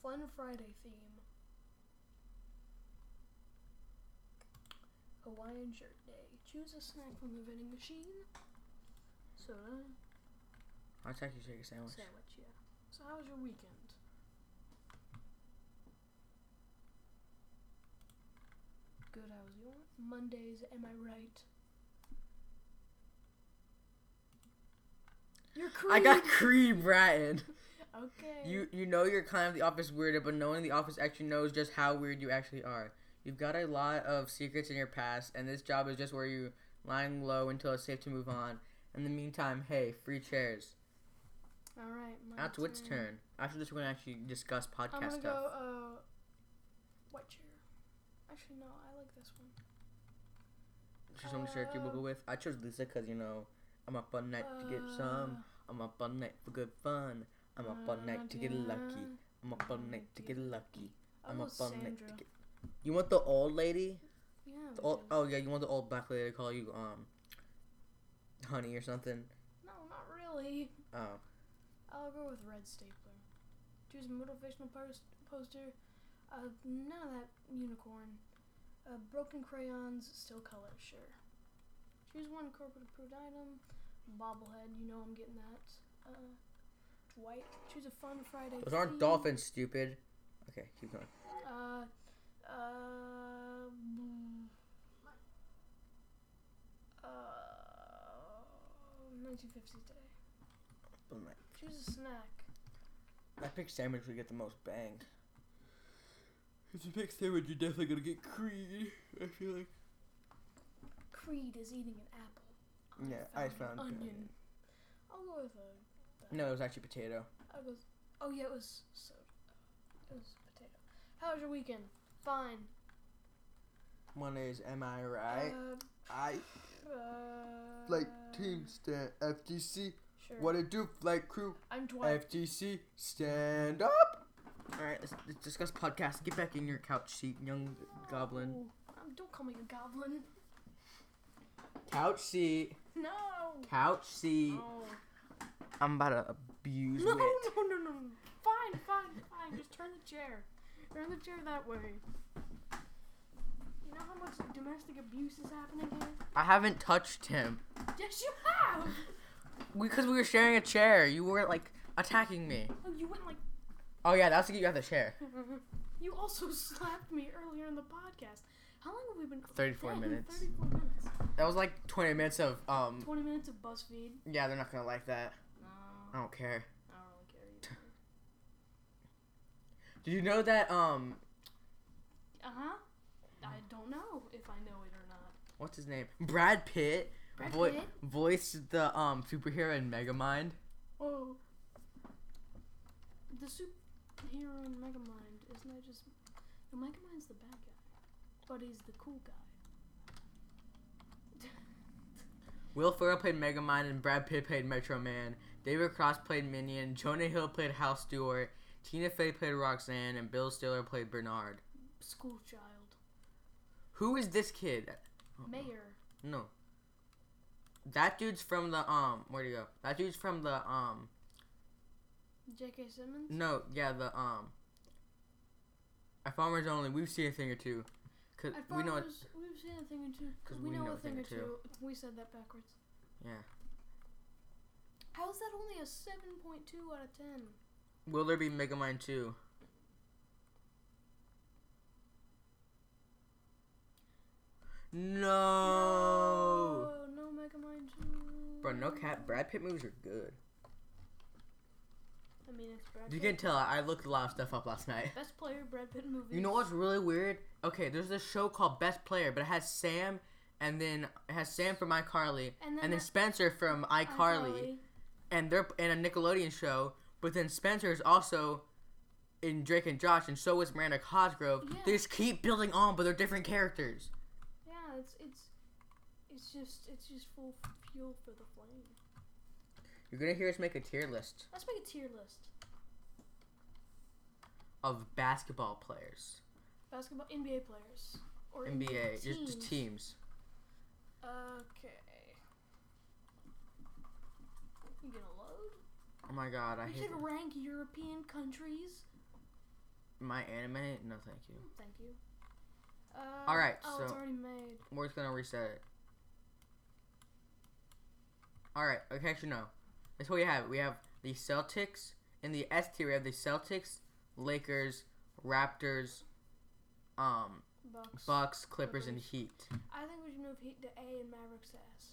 S2: Fun Friday theme. Hawaiian shirt day. Choose a snack from the vending machine. Soda.
S1: I'll take you shake a sandwich.
S2: Sandwich, yeah. So how was your weekend? Good, how was yours? Mondays, am I right? You're creepy.
S1: I got Creed Bratton.
S2: okay.
S1: You you know you're kind of the office weirdo, but no one in the office actually knows just how weird you actually are. You've got a lot of secrets in your past, and this job is just where you lying low until it's safe to move on. In the meantime, hey, free chairs.
S2: All right. My
S1: Now it's Wit's turn. After this, we're gonna actually discuss podcast
S2: I'm gonna
S1: stuff.
S2: go. Uh, white chair. Actually, no. I like this one.
S1: Choose someone to share a
S2: uh,
S1: cubicle with. I chose Lisa because you know I'm up all night to
S2: Uh,
S1: get some. I'm up all night for good fun. I'm up all night to get lucky. I'm up all night to get lucky.
S2: uh, I
S1: I'm up
S2: want
S1: all
S2: oh, Sandra.
S1: night to get. You want the old lady?
S2: Yeah.
S1: The
S2: we
S1: old,
S2: do.
S1: oh yeah, you want the old black lady to call you um, honey or something?
S2: No, not really.
S1: Oh,
S2: I'll go with red stapler. Choose a motivational post- poster. Uh, none of that unicorn. Uh, broken crayons, still color, sure. Choose one corporate approved item. Bobblehead, you know I'm getting that. Uh, Dwight, choose a fun Friday.
S1: those aren't
S2: theme.
S1: dolphins, stupid. Okay, keep going.
S2: Uh, uh, mm, uh, 1950s day.
S1: Don't mind.
S2: Choose a snack.
S1: I picked sandwich. We get the most bang. If you pick sandwich, you're definitely gonna get Creed. I feel like.
S2: Creed is eating an apple.
S1: Yeah, I found
S2: onion. Oh,
S1: onion.
S2: I'll go with a.
S1: No, it was actually potato.
S2: I was. Oh yeah, it was so. It was potato. How was your weekend? Fine.
S1: One is am I right? I
S2: Uh, Um, uh,
S6: Flight team stand FGC.
S2: Sure.
S6: What it do, flight crew?
S2: I'm Dwight.
S6: FGC stand up.
S1: All right, let's, let's discuss podcast. Get back in your couch seat, young goblin.
S2: Ooh, um, don't call me a goblin.
S1: Couch seat,
S2: No.
S1: couch seat.
S2: Oh.
S1: I'm about to abuse
S2: No, no,
S1: wit.
S2: no, no. Fine, fine, fine. Just turn the chair. Turn the chair that way. You know how much domestic abuse is happening here?
S1: I haven't touched him
S2: Yes, you have.
S1: because we were sharing a chair. You were like attacking me.
S2: Oh, you went like.
S1: Oh yeah, that's to get you out of the chair.
S2: You also slapped me earlier in the podcast. How long have we been?
S1: 34
S2: Dang,
S1: minutes.
S2: 34 minutes.
S1: That was like 20 minutes of um.
S2: 20 minutes of BuzzFeed.
S1: Yeah, they're not gonna like that.
S2: No,
S1: I don't care.
S2: I don't really care either.
S1: Did you know that um?
S2: Uh huh. I don't know if I know it or not.
S1: What's his name? Brad Pitt.
S2: Brad
S1: voi-
S2: Pitt?
S1: voiced the um superhero in Megamind.
S2: Oh. The superhero in Megamind isn't that just? No, Megamind's the bad guy, but he's the cool guy.
S1: Will Ferrell played Megamind and Brad Pitt played Metro Man. David Cross played Minion. Jonah Hill played Hal Stewart. Tina Fey played Roxanne, and Bill Stiller played Bernard.
S2: school child.
S1: Who is this kid?
S2: Mayor.
S1: No. That dude's from the um. Where do you go? That dude's from the um.
S2: J.K. Simmons?
S1: No, yeah, the um. At Farmers Only, we see a thing or two, cause
S2: At
S1: we know. It,
S2: Farmers, we've seen a thing or two. 'cause we, know, a thing, or two. We said that backwards.
S1: Yeah.
S2: How's that only a 7.2 out of 10?
S1: will there be Mega Mine two? No.
S2: Oh, no Mega Mind 2.
S1: Bro, no cap. Brad Pitt movies are good.
S2: I mean, it's Brad
S1: You
S2: Pitt.
S1: can tell I looked a lot of stuff up last night.
S2: Best player Brad Pitt movie.
S1: You know what's really weird? Okay, there's this show called Best Player, but it has Sam, and then it has Sam from iCarly,
S2: And
S1: and
S2: then
S1: then,
S2: that-
S1: Spencer from iCarly, and they're in a Nickelodeon show. But then Spencer is also in Drake and Josh, and so is Miranda Cosgrove.
S2: Yeah.
S1: They just keep building on, but they're different characters.
S2: Yeah, it's it's it's just it's just full f- fuel for the flame.
S1: You're gonna hear us make a tier list
S2: Let's make a tier list.
S1: of basketball players,
S2: Basketball NBA players or
S1: NBA, just, just teams.
S2: Okay. You gonna load?
S1: Oh my god, I
S2: we
S1: hate
S2: should rank European countries.
S1: my anime. No, thank you.
S2: Thank you. Uh,
S1: All right,
S2: Oh, it's
S1: so-
S2: already made.
S1: We're just gonna reset it. Alright, okay, actually, no. That's what we have. We have the Celtics. In the S tier, we have the Celtics, Lakers, Raptors, um,
S2: Bucks.
S1: Bucks, Clippers, and
S2: Clippers.
S1: Heat.
S2: I think we should move Heat to A and Mavericks to S.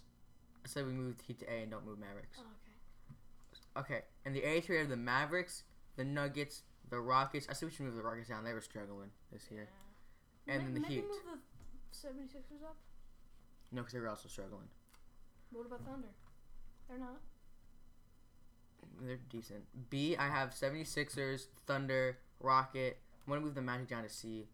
S1: I said we move Heat to A and don't move Mavericks.
S2: Oh, okay.
S1: Okay, in the A tier, we have the Mavericks, the Nuggets, the Rockets. I see we should move the Rockets down. They were struggling this year.
S2: Yeah.
S1: And
S2: Ma-
S1: then the
S2: maybe
S1: Heat.
S2: move the 76ers up.
S1: No, because they were also struggling.
S2: What about Thunder? They're not.
S1: They're decent. B, I have 76ers, Thunder, Rocket. I'm going to move the Magic down to C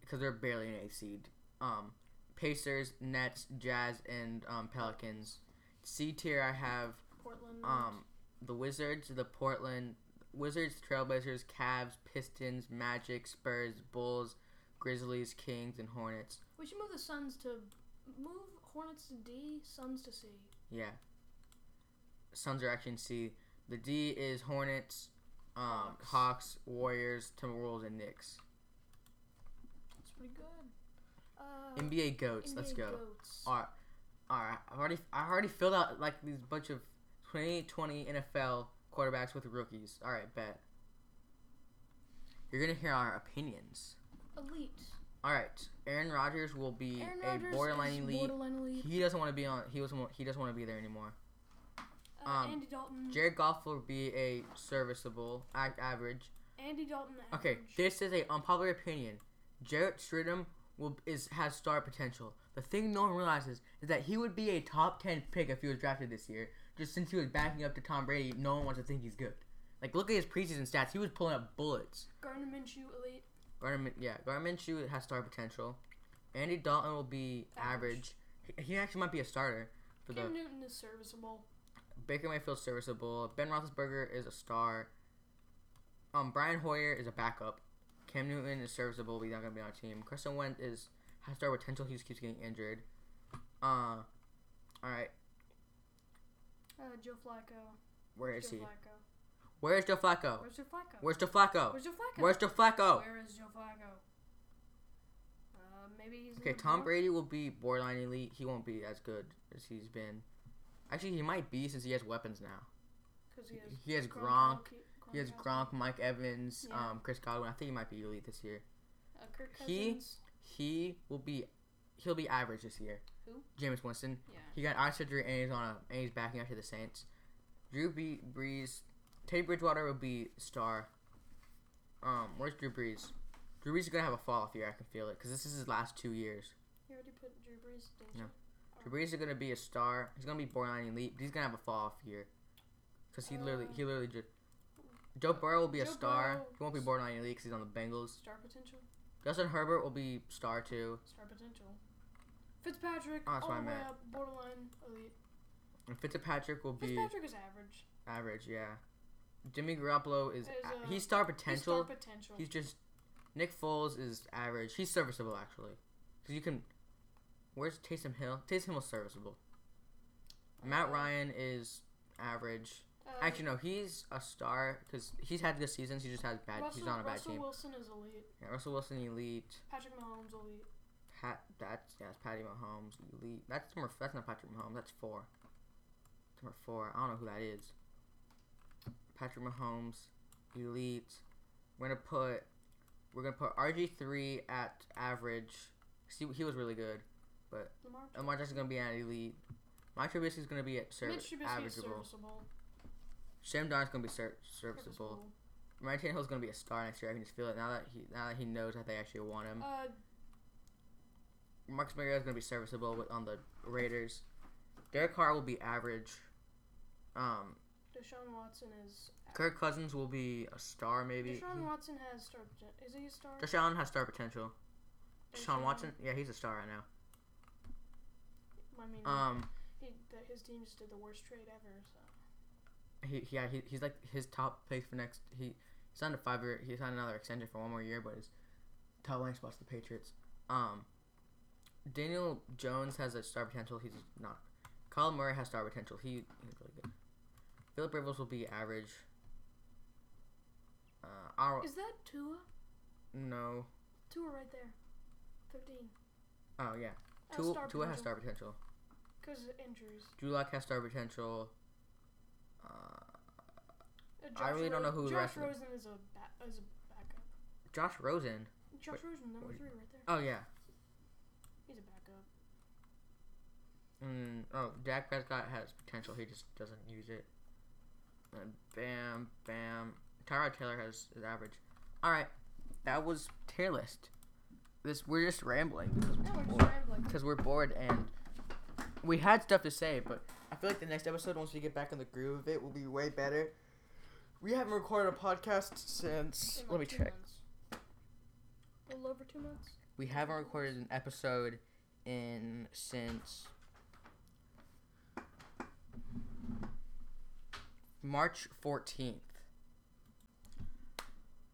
S1: because they're barely an eighth seed. Um, Pacers, Nets, Jazz, and um, Pelicans. C tier, I have
S2: Portland.
S1: um, the Wizards, the Portland Wizards, Trailblazers, Cavs, Pistons, Magic, Spurs, Bulls, Grizzlies, Kings, and Hornets.
S2: We should move the Suns to move Hornets to D, Suns to C.
S1: Yeah. Suns are actually in C. The D is Hornets, um,
S2: Hawks.
S1: Hawks, Warriors, Timberwolves, and Knicks.
S2: That's pretty good. Uh,
S1: NBA goats. Let's
S2: NBA
S1: go.
S2: Goats.
S1: All right, all right. I've already I already filled out like these bunch of 2020 NFL quarterbacks with rookies. All right, bet. You're gonna hear our opinions.
S2: Elite.
S1: All right, Aaron Rodgers will be
S2: Aaron
S1: a
S2: Rodgers
S1: borderline
S2: is
S1: elite.
S2: borderline elite.
S1: He doesn't want to be on. He was. He doesn't want to be there anymore.
S2: Uh,
S1: um,
S2: Andy Dalton.
S1: Jared Goff will be a serviceable, a- average.
S2: Andy Dalton.
S1: Okay,
S2: average.
S1: this is a unpopular opinion. Jarrett Stridham will is has star potential. The thing no one realizes is that he would be a top ten pick if he was drafted this year. Just since he was backing up to Tom Brady, no one wants to think he's good. Like look at his preseason stats. He was pulling up bullets.
S2: Gardner Minshew elite.
S1: Gardner, Min- yeah, Gardner Minshew has star potential. Andy Dalton will be
S2: Average.
S1: average. He- He actually might be a starter for the
S2: Cam Newton is serviceable.
S1: Baker Mayfield serviceable. Ben Roethlisberger is a star. Um, Brian Hoyer is a backup. Cam Newton is serviceable. but He's not gonna be on our team. Kristen Wentz is has star potential. He just keeps getting injured. Uh, all right.
S2: Uh, Joe Flacco.
S1: Where is
S2: Joe
S1: he?
S2: Flacco.
S1: Where is Joe Flacco?
S2: Where's Joe Flacco?
S1: Where's Joe Flacco?
S2: Where's Joe Flacco?
S1: Where's Joe Flacco?
S2: Where is Joe Flacco? Uh, maybe he's in
S1: Okay,
S2: the
S1: Tom
S2: Bronx?
S1: Brady will be borderline elite. He won't be as good as he's been. Actually, he might be since he has weapons now.
S2: 'Cause he has,
S1: He has Gronk.
S2: Gronkowski-
S1: He has
S2: Gronkowski.
S1: Gronk, Mike Evans,
S2: Yeah.
S1: um, Chris Godwin. I think he might be elite this year.
S2: Uh, Kirk
S1: He-
S2: Cousins.
S1: he will be he'll be average this year.
S2: Who?
S1: James Winston.
S2: Yeah.
S1: He got eye surgery and he's on a, and he's backing up to the Saints. Drew B- Brees, Teddy Bridgewater will be star. Um, where's Drew Brees? Drew Brees is gonna have a fall off year. I can feel it because this is his last two years.
S2: You already put Drew Brees, Oh. didn't
S1: No.
S2: you?
S1: Drew Brees is gonna be a star. He's gonna be borderline elite. But he's gonna have a fall off year because he literally he literally just. Joe Burrow will be a
S2: Joe
S1: star.
S2: Burrow-
S1: He won't be borderline elite because he's on the Bengals.
S2: Star potential.
S1: Justin Herbert will be star too,
S2: Star potential. Fitzpatrick,
S1: Oh, that's
S2: all
S1: what
S2: the
S1: I
S2: way
S1: meant.
S2: up, borderline elite.
S1: and Fitzpatrick will be.
S2: Fitzpatrick is average.
S1: Average, yeah. Jimmy Garoppolo is
S2: Is,
S1: a-
S2: uh,
S1: he's star
S2: He's star
S1: potential. He's,
S2: potential.
S1: just Nick Foles is average. He's serviceable actually, because you can. Where's Taysom Hill? Taysom Hill serviceable. Matt Ryan is average.
S2: Uh,
S1: Actually, no, he's a star because he's had good seasons. He just has bad.
S2: Russell,
S1: he's on a bad
S2: Russell
S1: team.
S2: Wilson is elite.
S1: Yeah, Russell Wilson elite.
S2: Patrick Mahomes elite.
S1: Pat, that's yeah, it's Patty Mahomes elite. That's number. That's not Patrick Mahomes. That's four. Number four. I don't know who that is. Patrick Mahomes elite. We're gonna put. We're gonna put RG three at average. 'cause He, he was really good.
S2: Lamar.
S1: Lamar Jackson's gonna be at elite. Mike Trubisky's gonna be at ser-
S2: Mitch Trubisky is
S1: averageable.
S2: serviceable.
S1: Sam Darnold's gonna be ser- serviceable. Ryan Tannehill's gonna be a star next year. I can just feel it now that he now that he knows that they actually want him.
S2: Uh,
S1: Marcus Mariota's gonna be serviceable with, on the Raiders. Derek Carr will be average. Um,
S2: Deshaun Watson is.
S1: Kirk Cousins will be a star maybe.
S2: Deshaun Watson has star. poten- Is he a star?
S1: He- Deshaun has star potential. Deshaun
S2: Deshaun-
S1: Watson, yeah, he's a star right now.
S2: I mean,
S1: Um,
S2: he, that his team just did the worst trade ever. So
S1: he, he- yeah, he, he's like his top pick for next. He he signed a five year. He signed another extension for one more year, but his top line spot's the Patriots. Um, Daniel Jones has a star potential. He's not. Kyle Murray has star potential. He, he's really good. Philip Rivers will be average. Uh, our,
S2: is that Tua?
S1: No.
S2: Tua right there. Fifteen.
S1: Oh yeah.
S2: Uh,
S1: Tua,
S2: star
S1: Tua has
S2: potential.
S1: star potential.
S2: Because of injuries.
S1: Drew Lock has star potential. Uh,
S2: Uh,
S1: I really don't know who the
S2: Josh
S1: rest of them-
S2: Rosen is a ba- is a backup.
S1: Josh Rosen.
S2: Josh
S1: Wait,
S2: Rosen, number
S1: wait.
S2: three, right there.
S1: Oh yeah.
S2: He's a backup.
S1: Mm, oh, Dak Prescott has potential. He just doesn't use it. And bam, bam. Tyrod Taylor has is average. All right, that was tier list. This we're just rambling because
S2: No, we're just
S1: Well,
S2: rambling.
S1: because we're bored and we had stuff to say, but I feel like the next episode, once we get back in the groove of it, will be way better. We haven't recorded a podcast since.
S2: In
S1: Let
S2: like
S1: me
S2: two
S1: check.
S2: months. A little over two months.
S1: We haven't recorded an episode in since March 14th.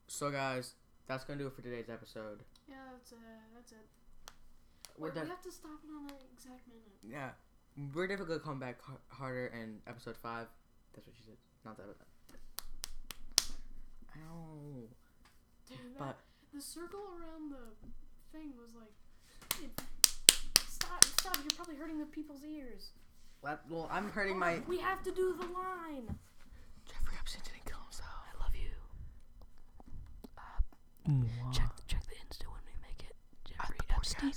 S1: So, guys, that's going to do it for today's episode.
S2: Yeah, that's uh, that's it.
S1: We're
S2: Wait,
S1: def-
S2: we have to stop it on the exact minute.
S1: Yeah, we're definitely gonna come back har- harder in episode five. That's what she said. Not that. Ow.
S2: Dude, that,
S1: But
S2: the circle around the thing was like, it, stop, stop! You're probably hurting the people's ears.
S1: well, well, I'm hurting
S2: Oh,
S1: my.
S2: We have to do the line.
S1: Jeffrey Epstein didn't kill himself.
S7: I love you. Uh, check check the Insta when we make it. Jeffrey Epstein.